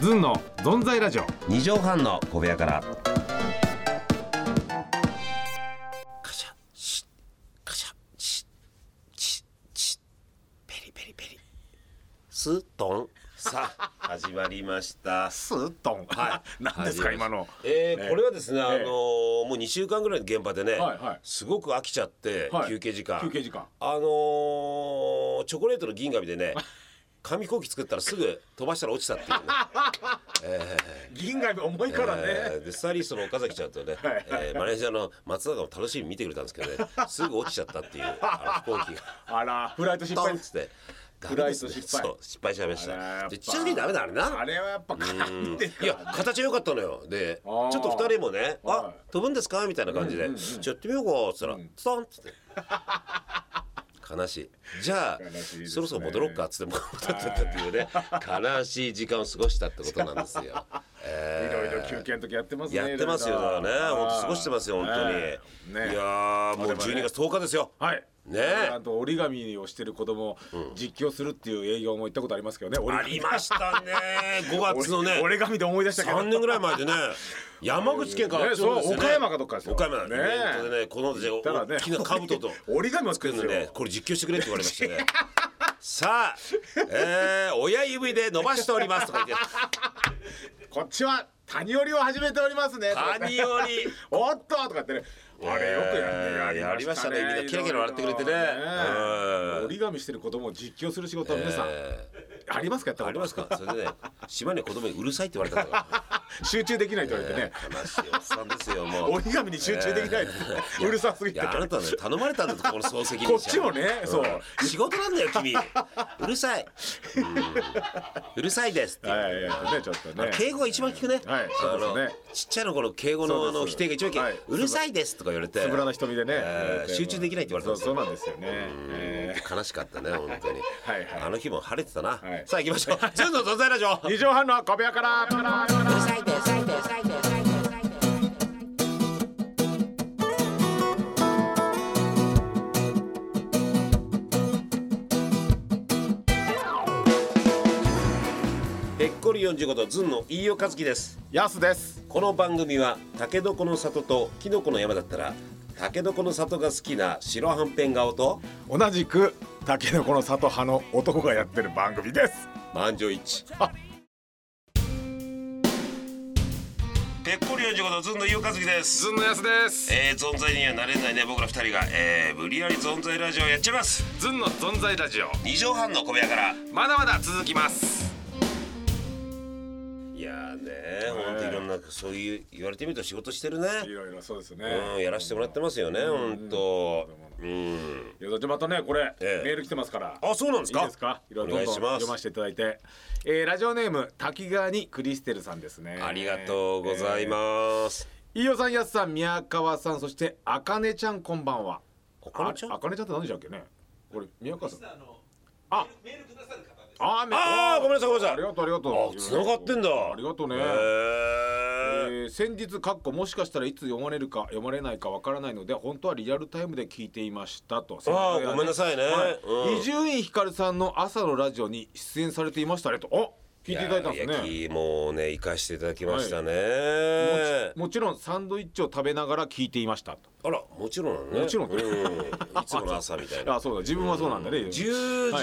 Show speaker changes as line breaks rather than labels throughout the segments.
ずんのぞんざいラジオ
二畳半の小部屋から。カシャシッカシャシッチッチッペリペリペリ。スートンさあ始まりま した。
スーッとん、
はい
何ですか
始ま
今
りま
の
したえー
ね
これはですね、あの
ええ
ーもう2週間ぐらいの現場でね、
はいはい
すごく飽きちゃって、
はい
休憩時間
休憩時間
あのーチョコレートの銀紙で ね紙飛行機作ったらすぐ飛ばしたら落ちたっていうね
銀河重いからね、
えーでスタイリストの岡崎ちゃんとね、
はい
えーマネージャーの松坂も楽しみに見てくれたんですけ どねすぐ落ちちゃったっていうあの飛行機が
あらフライト失
ド
敗
ンっつってダメですね
フライト失敗
そう失敗しちゃいまし
あらや
た
っぱ
でちなみにダメだあれな
あれはやっぱ勘で
いや形は良かったのよでち
あ
ょ
ー
っと二人もね「あ
は
飛ぶんですか?」みたいな感じで
うんうんうん
「ちょっとやってみようか」っつったら
うん
「ストン」っつって。悲しいじゃあ
悲しいですね
そろそろ戻ろうかっつって戻ってったってい うね悲しい時間を過ごしたってことなんですよ。えー
いろいろ休憩の時やってますね
やってますよだからね本当過ごしてますよ本当に、
ね
いやーもう
でもね
12月10日ですよ
はい
ね
あと折り紙をしてる子供を実況するっていう営業も行ったことありますけどね折
あ
り
りました ね5月の
紙
ね
折り紙で思い出したけど
3年ぐらい前で ね山口県から
ね
そうです
そ
よ
う岡山かどっかですよ
岡山だ
ね
ねイベントでねこの
行ったらね
大きな兜と
折り紙を作る
作
ん
る
です
の
よ
でこれ実況してくれって言われましたね さあ、えー、親指で伸ばしておりますとか言って
こっちは谷折りを始めておりますね。
カニより
おっととかってね。あれよくやっ
え
て
ー
やりましたね。
やりましたねみんなキラキラ笑ってくれてね
いろいろ
うん
折り紙してる子供を実況する仕事は皆さん、
え
ありますかやった
ー
こと
ありますかそれでね島には子供にうるさいって言われたんだから
集中できないと言わ れてね。
悲しいおっさんですよもう
折り紙に集中できないってうるさすぎ
い
て。
やあなたね頼まれたんだとこの総責任
こ
者
っちもねそう
うん仕事なんだよ君うるさい、うんうるさいですっていう、
はいはいねちょっとね。
敬語が一番聞くね,、
はい
あ
そ
の
うですね
ちっちゃいのこの敬語の
そう
あ
です
の否定が一番聞く、
はいう
るさいですとか言われて
つぶらな瞳でね
え。ー集中できないって言われたん
そ
で
うそう
すよ
なんですよね。えー
悲しかったね本当に
はいはい
あの日も晴れてたな、
はい
さあ行きましょう「ずんの存 在ラジオ」
二畳半の小部屋から。
ぺっこり45度ずんの飯尾和樹です
ヤスです。
この番組はタケノコの里とキノコの山だったらタケノコの里が好きな白はんぺん顔と
同じくタケノコの里派の男がやってる番組です。
満場一致
あ
ぺっこり45度ずんの飯尾和樹です
ずんのやすです。
えー、存在にはなれないね僕ら二人が、えー、無理やり存在ラジオやっちゃいます
ずんの存在ラジオ。
二畳半の小部屋から
まだまだ続きます。
いやーねー本当いろんなそういう言われてみると仕事してるね
いろいろそうですね。
うんやらせてもらってますよね本当うん
いやだってまたねこれ、
ええ
メール来てますから。
あそうなんです
いい
か
ですか。いろいろどんどん
お願いし
読
ま
ますせていただいて、えー、ラジオネーム滝川にクリステルさんですね。
ありがとうございます、
えー。飯尾さん、やすさん、宮川さん、そしてあかねちゃんこんばんは。
おかねちゃん
あかねちゃんって何でしたっけね。これ宮川さん。あ、あーメール
あーごめんなさいごめんなさい
ありがとうありがとう。
あ繋がってんだ
ありがとうね
へ
え
ー
ー先日かっこもしかしたらいつ読まれるか読まれないかわからないので本当はリアルタイムで聞いていましたと
あーごめんなさいねうん
伊集院光さんの朝のラジオに出演されていましたねとお聞いていただいたんです
や
ね
いやもうね生かしていただきましたね、
もちもちろんサンドイッチを食べながら聞いていましたと
あらもちろんなのね
もちろん
うん、いつもの朝みたい な
あそうだ自分はそうなんだね、
10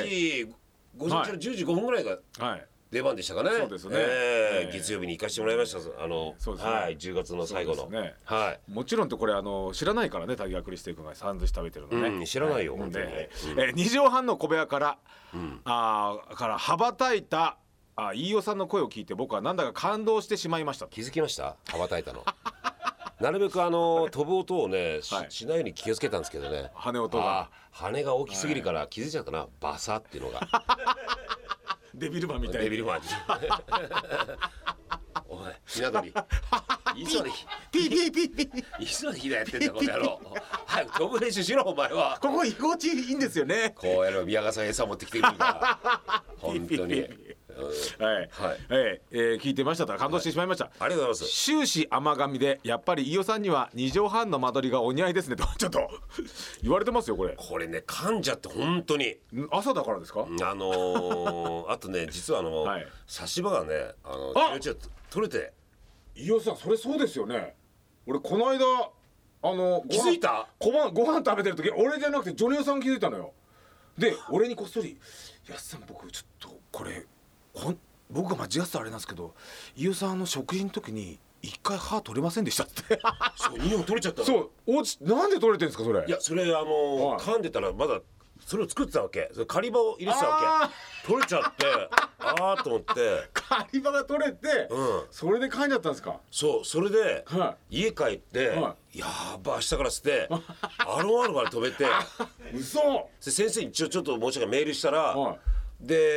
時、午前中の10時5分ぐらいが
はい
出番でしたかね。
そうですね
ええ
ええ
月曜日に行かしてもらいました。あの、
そうですね
はい、10月の最後の。
そうですね
はい。
もちろんってこれあの知らないからね滝川クリステル君がサンドイッチ食べてるのね、
うん知らないよ
は
本当に
ねえー二畳半の小部屋から、あーから羽ばたいたあ飯尾さんの声を聞いて僕はなんだか感動してしまいましたと
気づきました。羽ばたいたの。なるべくあの飛ぶ音をねし,、
はい
ないように気をつけたんですけどね。
羽音が
あー羽が大きすぎるから気づいちゃったな。バサっていうの が
デビルマンみたい
デ
に
ビルマンに。おい、ひな 鳥。いつまで
ピーピーピーピー
いつまでひなやってんだこの野郎。 早く飛ぶ練習しろお前は。
ここ居心地いいんですよね
こうやれば宮川さん餌持ってきてくれるから 本当に
ピ
う
ー ピーピー
ん
はい、
はい
えええー聞いてましたと感動してしまいました、
ありがとうございます
終始甘噛みでやっぱり飯尾さんには二畳半の間取りがお似合いですねとちょっと言われてますよこれ
これね噛んじゃって本当に
ん朝だからですか、
あの ー、あとね実はあの、
はい
差し歯がねあの
あ
ちょいちょい取れて
飯尾さんそれそうですよね俺この間あの
気づいた
ご飯ご飯食べてる時俺じゃなくてジョニオさんが気づいたのよで俺にこっそり「やっさん僕ちょっとこれほん僕が間違ってたらあれなんですけど飯尾さんあの食事の時に一回歯取れませんでした」って
そう2本取れちゃったの
そうおちなんで取れてるんですかそれ
いやそれあのー
はい
噛んでたらまだそれを作ってたわけそれ仮歯を入れてたわ
あ
け取れちゃって ああと思って
狩り場が取れて、
うん
それで噛んじゃったんですか
そうそれで、
は
家帰って、
は
やーば明日から捨 てアロンアルファで飛べて
嘘
で先生に一応ちょっと申し訳ないメールしたら、
は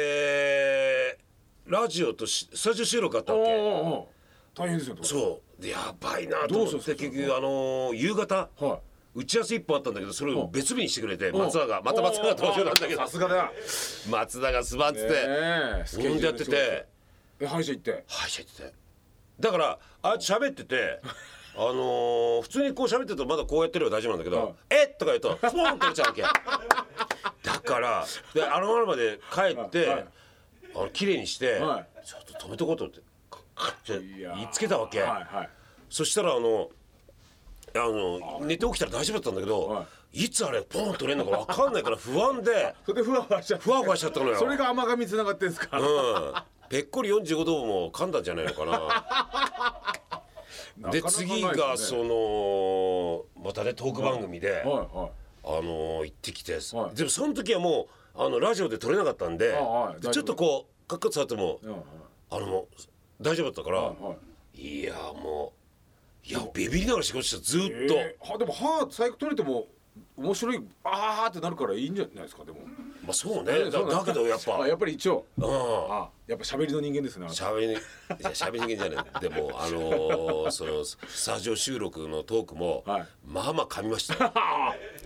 でラジオとしスタジオ収録あった
お
わ
う
け
おうおう大変ですよう
そうでやばいなと思
どうし
っ
た
て
んですか
結局あのー夕方、
はい
打ち合わせ一本あったんだけどそれを別日にしてくれて
ん
松田がまた松田が登場なんだけど
さすがだ
松田がすまんっつって、
ええスケジュ
ほ
ール
んでやってて
え歯医者行って
はいしゃっててだからあいつ喋っててあのー普通にこう喋ってるとまだこうやってるよ大丈夫なんだけど「えっ!」とか言うとポーン取れちゃうわけだからであのままで帰って、
はい
あの綺麗にして、
は
ちょっと止めとこうと思ってカッカッて
いやー
言いつけたわけ、
はいはい
そしたらあのあの寝て起きたら大丈夫だったんだけど、、
はい
つあれポン取れるのか分かんないから不安で
それでふわふわしちゃって
ふわふわしちゃったのよ
それが甘噛みつながってんですか、
うんぺっこり45度も噛んだんじゃないのかな
なかなかない
です
ね
次がそのまたねトーク番組で、
はいはい
あのー行ってきて、
はい
でもその時はもうあのラジオで撮れなかったんで、
あはい
でちょっとこうカッカッと触っても、
うんはい
あの大丈夫だったから、
はい
い、やもういやビビりながら仕事してたずーっと、
えーはでも歯最悪取れても面白いあーってなるからいいんじゃないですかでも
まあそうねだだけどやっぱ
あやっぱり一応
うん
あやっぱ喋りの人間ですね
喋りいや喋り人間じゃないでもあのーそのスタジオ収録のトークも、
はい
まあまあ噛みまし たよ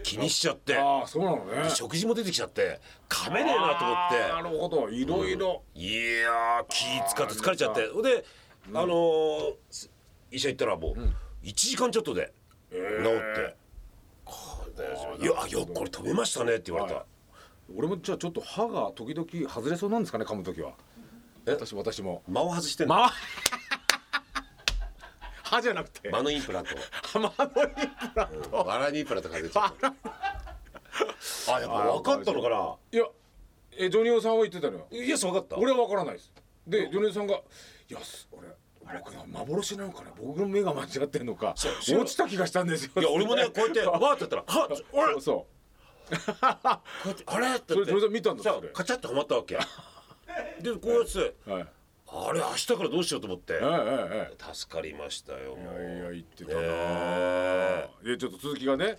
気にしちゃって
ああそうなのね
食事も出てきちゃって噛めねえなと思
あーな
っ
るほどいろいろ
ていやー気使って疲れちゃってほんであのーす医者行ったらもう1時間ちょっとで治って。これいやあよくこれ飛びましたねって言われた、
は俺もじゃあちょっと歯が時々外れそうなんですかね噛む時は
え
私私も
間を外してんの、
ま歯じゃなくて
間のインプラント
歯のインプラント
バラにインプラントかけちゃったあやっぱ分かったのかない
やえジョニオさんは言ってたのよ
イエス分かった
俺は分からないですでジョニオさんが「いやす俺僕の幻なのかな僕の目が間違ってんのか
そうそう
落ちた気がしたんですよ」
いや俺もねこう やってわーってやったら「はっあ
そう
れ
そう
こうやってあれ?」って
それそれで見たんだ
さ
それ
カチャッとはまったわけ でこうやって
はいはい
あれ明日からどうしようと思って
はいはい
助かりましたよも
いやいうや言ってたな、
ね
えちょっと続きがね、
はい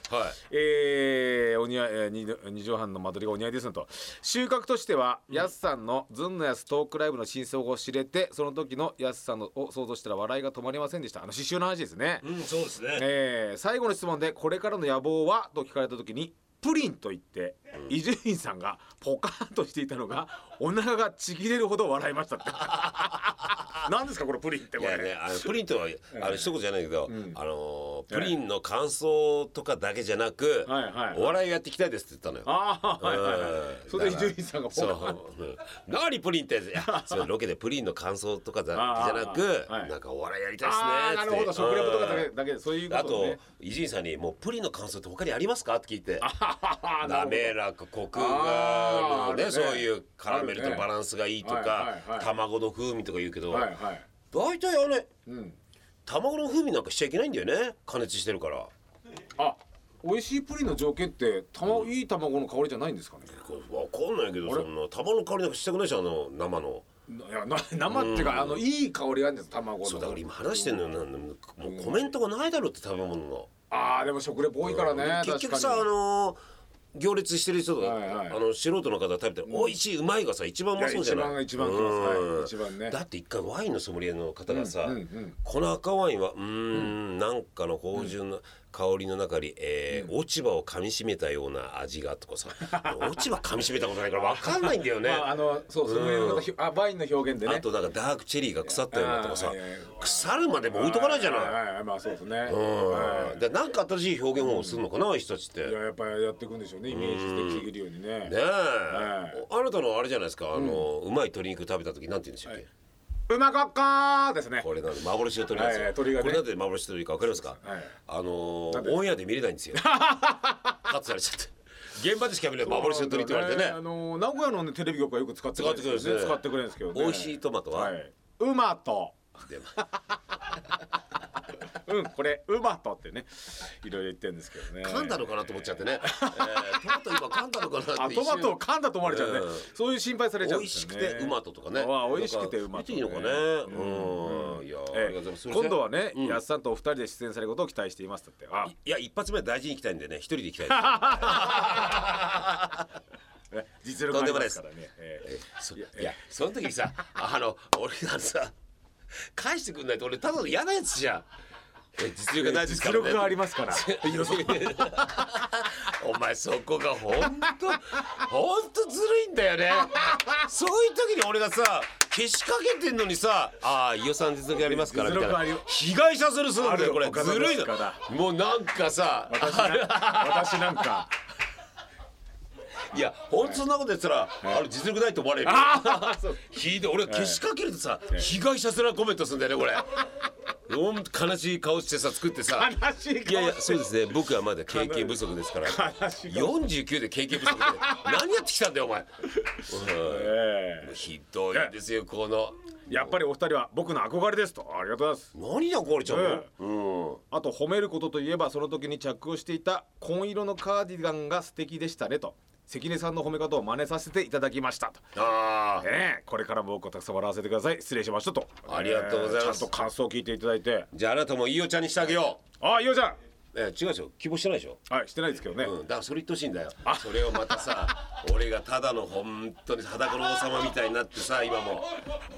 えーお似合い、えー二度二畳半の間取りがお似合いですなと収穫としては、やすさんのずんのやすトークライブの真相を知れてその時のやすさんのを想像したら笑いが止まりませんでしたあの刺繍の話ですね、
うんそうですね
えー最後の質問で「これからの野望は?」と聞かれた時に「プリン」と言って伊集院さんがポカーンとしていたの がお腹がちぎれるほど笑いましたって 何ですかこれプリンって
い
こ
や
れ
ねあのプリンとはあの一言じゃないけどあのプリンの感想とかだけじゃなく
はいはい
お笑いをやっていきたいですって言ったのよ
ああはいはいは
う
い
ん
それで伊集院さんがポ
そ
カーンと
う、うん、何プリンってい やそれロケでプリンの感想とかだじゃなく、
あーはい
なんかお笑いやりたいですね
ああなるほ
つ
ど
って
食レポとかだ
う
け
ん
だけでそういうこ
あ
と
と
ね
伊集院さんに「もうプリンの感想って他にありますか?」って聞いて
あーなるほど
滑らかコクがある
あーある
ね
ね
そういうカラメルと
あるね
バランスがいいと
はい
か
はいはい
卵の風味とか言うけど
はいはい
大体あれ
うん
卵の風味なんかしちゃいけないんだよね加熱してるから
あ美味しいプリンの条件って卵いい卵の香りじゃないんですかね
これ分かんないけどそんな卵の香りなんかしたくないじゃんあの生の。
いやな生っていうかあのいい香りがあるんです卵の
そうだから今話してんのよなんでももうコメントがないだろうって食べ物の、
ああでも食レポ多いからね
結局
確
さ
か
あ
に
のー行列してる人とか、
はいはい
あの素人の方が食べて「美味しいうまい」がさ一番うまそうじゃない
いや一番が一番来ます
うん
はい一番ね
だって一回ワインのソムリエの方がさ、
うんうんうん
この赤ワインはうーん、なんかの芳醇な香りの中に、えー落ち葉を噛みしめたような味がと かさ落ち葉噛みしめたことないから分かんないんだよね、
まあ、あのそうそういうことひあワインの表現でね
あとなんかダークチェリーが腐ったようなとかさ
あーいやいやいや
腐るまでも置いとかないじゃない
はははまあそうですねは
うん、でなんか新しい表現をするのかな、ああいう人たちって。
いい
ね
ややっぱりやっていくんでしょうねイメージして切るようにね
え、あなたのあれじゃないですか、あのうまい鶏肉食べた時なんて言うんでしたっけ、
うまかっかーですね
これなんで幻の鶏なんですよ、
はい鶏がね
これなんで幻の鶏かわかりますか、
はい
あの
なんで
ー、オンエアで見れないんです よカットされちゃって現場でしか見れない幻の鶏って言われてね
あの名古屋のねテレビ局はよく使ってくれるんですよね
使
使っ
っ
てて
く
く
れ
れる
る
んで
んで
すす
け
け
ど
ど
ね
ね
美味しいトマトは
はい馬と
でも
うんこれ馬とってねいろいろ言ってるんですけどね
噛んだのかなと思っちゃってね、えートマト今噛んだのかなっ
あ
て
ト
一
マ
瞬
トを噛んだと思われちゃうね、
うん
そういう心配されち
美
ゃうんで
味
す
し
よ
く
ね
てうまととかね
あ美味しくてうまと、
といいのかねうん、いやあ
え
りがとうございます
え、今度はね、
うん
やっさんとお二人で出演されることを期待していますだってあ
いや一発目は大事に行きたいんでね一人で行きたいです
え実力がありますからね、ええ
そいやその時にさあの俺がさ返してくんないと俺ただの嫌なやつじゃんえ実力がないですか
実
ら、ね、
力がありますから
お前そこが本当本当ずるいんだよねそういう時に俺がさ消しかけてんのにさ「ああ伊予さん実力ありますから」みたいな
実力あり
被害者するするんだよこれ
あるお方
ずるい
で
の
すから
もうなんかさ
私な私なんか
いや本当そんなこと言ってたら、あの実力ないと思われるよ
あ あそう
ひでえ俺消しかけるとさ、被害者すらコメントするんだよねこれ ほんと悲しい顔してさ作ってさ
悲しい
いや
顔
いや
して
そうですね僕はまだ経験不足ですから
悲しい顔
49で経験不足で何やってきたんだよお 前、
え
うん、ひどいですよこの
えやっぱりお二人は僕の憧れですとありがとうございます
何だこれちゃんの、
えあと褒めることといえばその時に着用していた紺色のカーディガンが素敵でしたねと関根さんの褒め方を真似させていただきましたと
ああ
ねえこれからも僕をたくさん笑わせてください失礼しましたと
ありがとうございます
ええちゃんと感想を聞いていただいて
じゃああなたもいいおちゃんにしてあげよ
ああいいよじゃん
う、え違うでしょ希望してないでしょ
はいしてないですけどね、
うん、だからそれ言ってほしいんだよそれをまた さ俺がただの本当に裸の王様みたいになってさ今も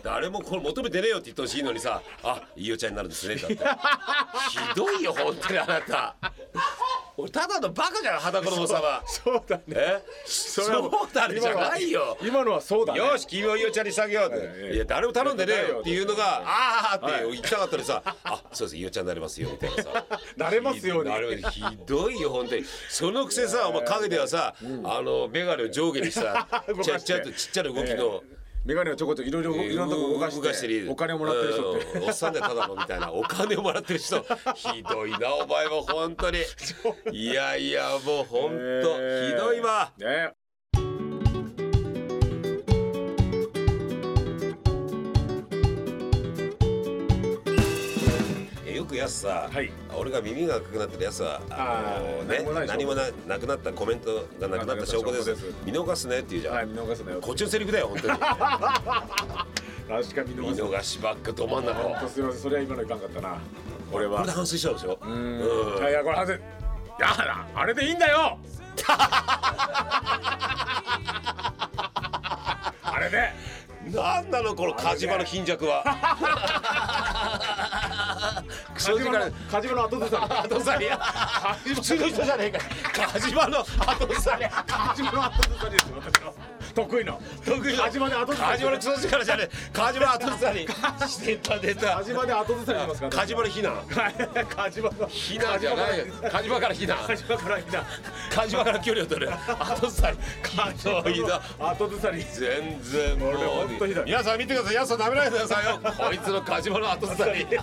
誰もこれ求めてねえよって言ってほしいのにさあいいお茶になるんですね だってひどいよ本当にあなた俺ただのバカじゃん裸の王様
そうだね
えそ
れはもう
うだねじゃないよ
今のはそうだね
よし君をいいお茶にしてあげよう
い
って
はい
いや誰も頼んでねえよっていうのがああーって
は
言いたかったのにさあそうですいいお茶になりますよみたいなさ
なれますように
なるほどひどいよ本当にそのくせさお前陰ではさ、あの眼鏡を上下にした
動かして
ちゃっちゃいとちっちゃな動きの、
メガネをちょこちょこいろいろいろんなとこ動かしてお金もらってる人って
うんおっさんでただのみたいなお金をもらってる人ひどいなお前も本当にいやいやもう本当、ひどいわ
ねえ
えよくやすさ、
はい
俺が耳が赤くなってるやすはあの
あー
ね
何もない証拠
何もななくなったコメントがなくなった証拠です
なくなった証拠です
見逃すねって言うじゃん、
はい見逃すなよ
こっちのセリフだよ 本当に
確か見
見
逃す
逃しばっかど真ん中を
なすいませんそれは今のいかんかったな俺
こ
は
れで反省しちゃうでしょ
うん
うん
いやいやこれ外れいやあれでいいんだ よあれで
なんなのこの火事場の貧弱は。 クソ
梶
力
原
の
の梶原の後ずさ
後さりや。普通の人じゃねえか。火事場の後さり。
梶原の後ずさりですよ私の得意の
得意の
梶原の後ずさり
火事場のクソ力じゃねえ。火事場の後さり。出た出た。
梶原で後ずさりしますから
火事場の避難。
はい梶原の
避難じゃないよ。火事場から避難。
梶原からいた
火事場から距離を取る。後さり。ひどいな。
後ずさり
全然もう
俺ほんとひどい
皆さん見てくださいやつは舐めないでくださいよこいつの火事場の後さり
梶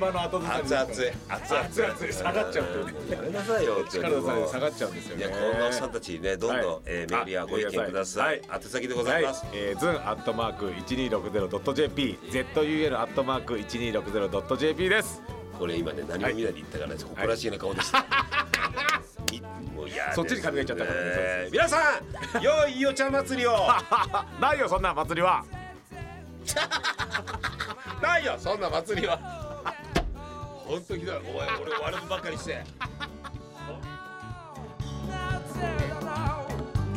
原の後ずさり
熱々熱々
熱々下がっちゃうっていうね
やめなさいよ
力の差で下がっちゃうんですよ
い
ね
やこんなおっさんたちにねどんどん、
はい
えーメールやご意見ください、
は
宛先でございます、
はい、えー、ズンアットマーク一二六ゼロドット jp、zun アットマーク一二六ゼロドット jp です。
これ今ね何も見ないで言ったからね、誇らしいな顔 でした、みもういや
そっちに髪がいっちゃったからねそうです
えー皆さん良いお茶祭りを
ないよそんな祭りは。
ないよそんな祭りは本当ひどいお前俺悪者ばっかりして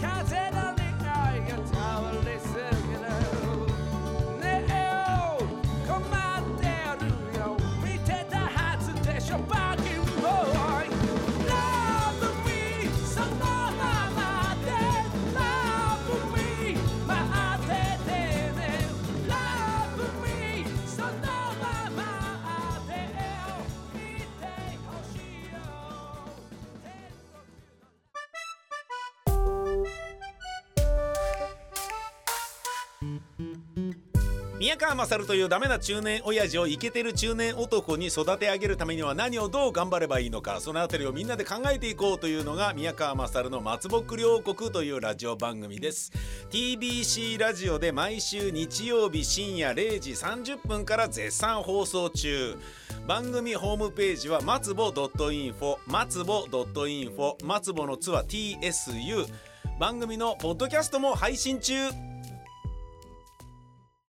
風の願いが倒れすぎるねえよ困ってるよ見てたはずでしょバキ
宮川勝というダメな中年親父をイケてる中年男に育て上げるためには何をどう頑張ればいいのかそのあたりをみんなで考えていこうというのが宮川勝の「松ぼっくり王国」というラジオ番組です TBC ラジオで毎週日曜日深夜0時30分から絶賛放送中番組ホームページは松ぼ .info 松ぼ .info 松ぼのツは TSU 番組のポッドキャストも配信中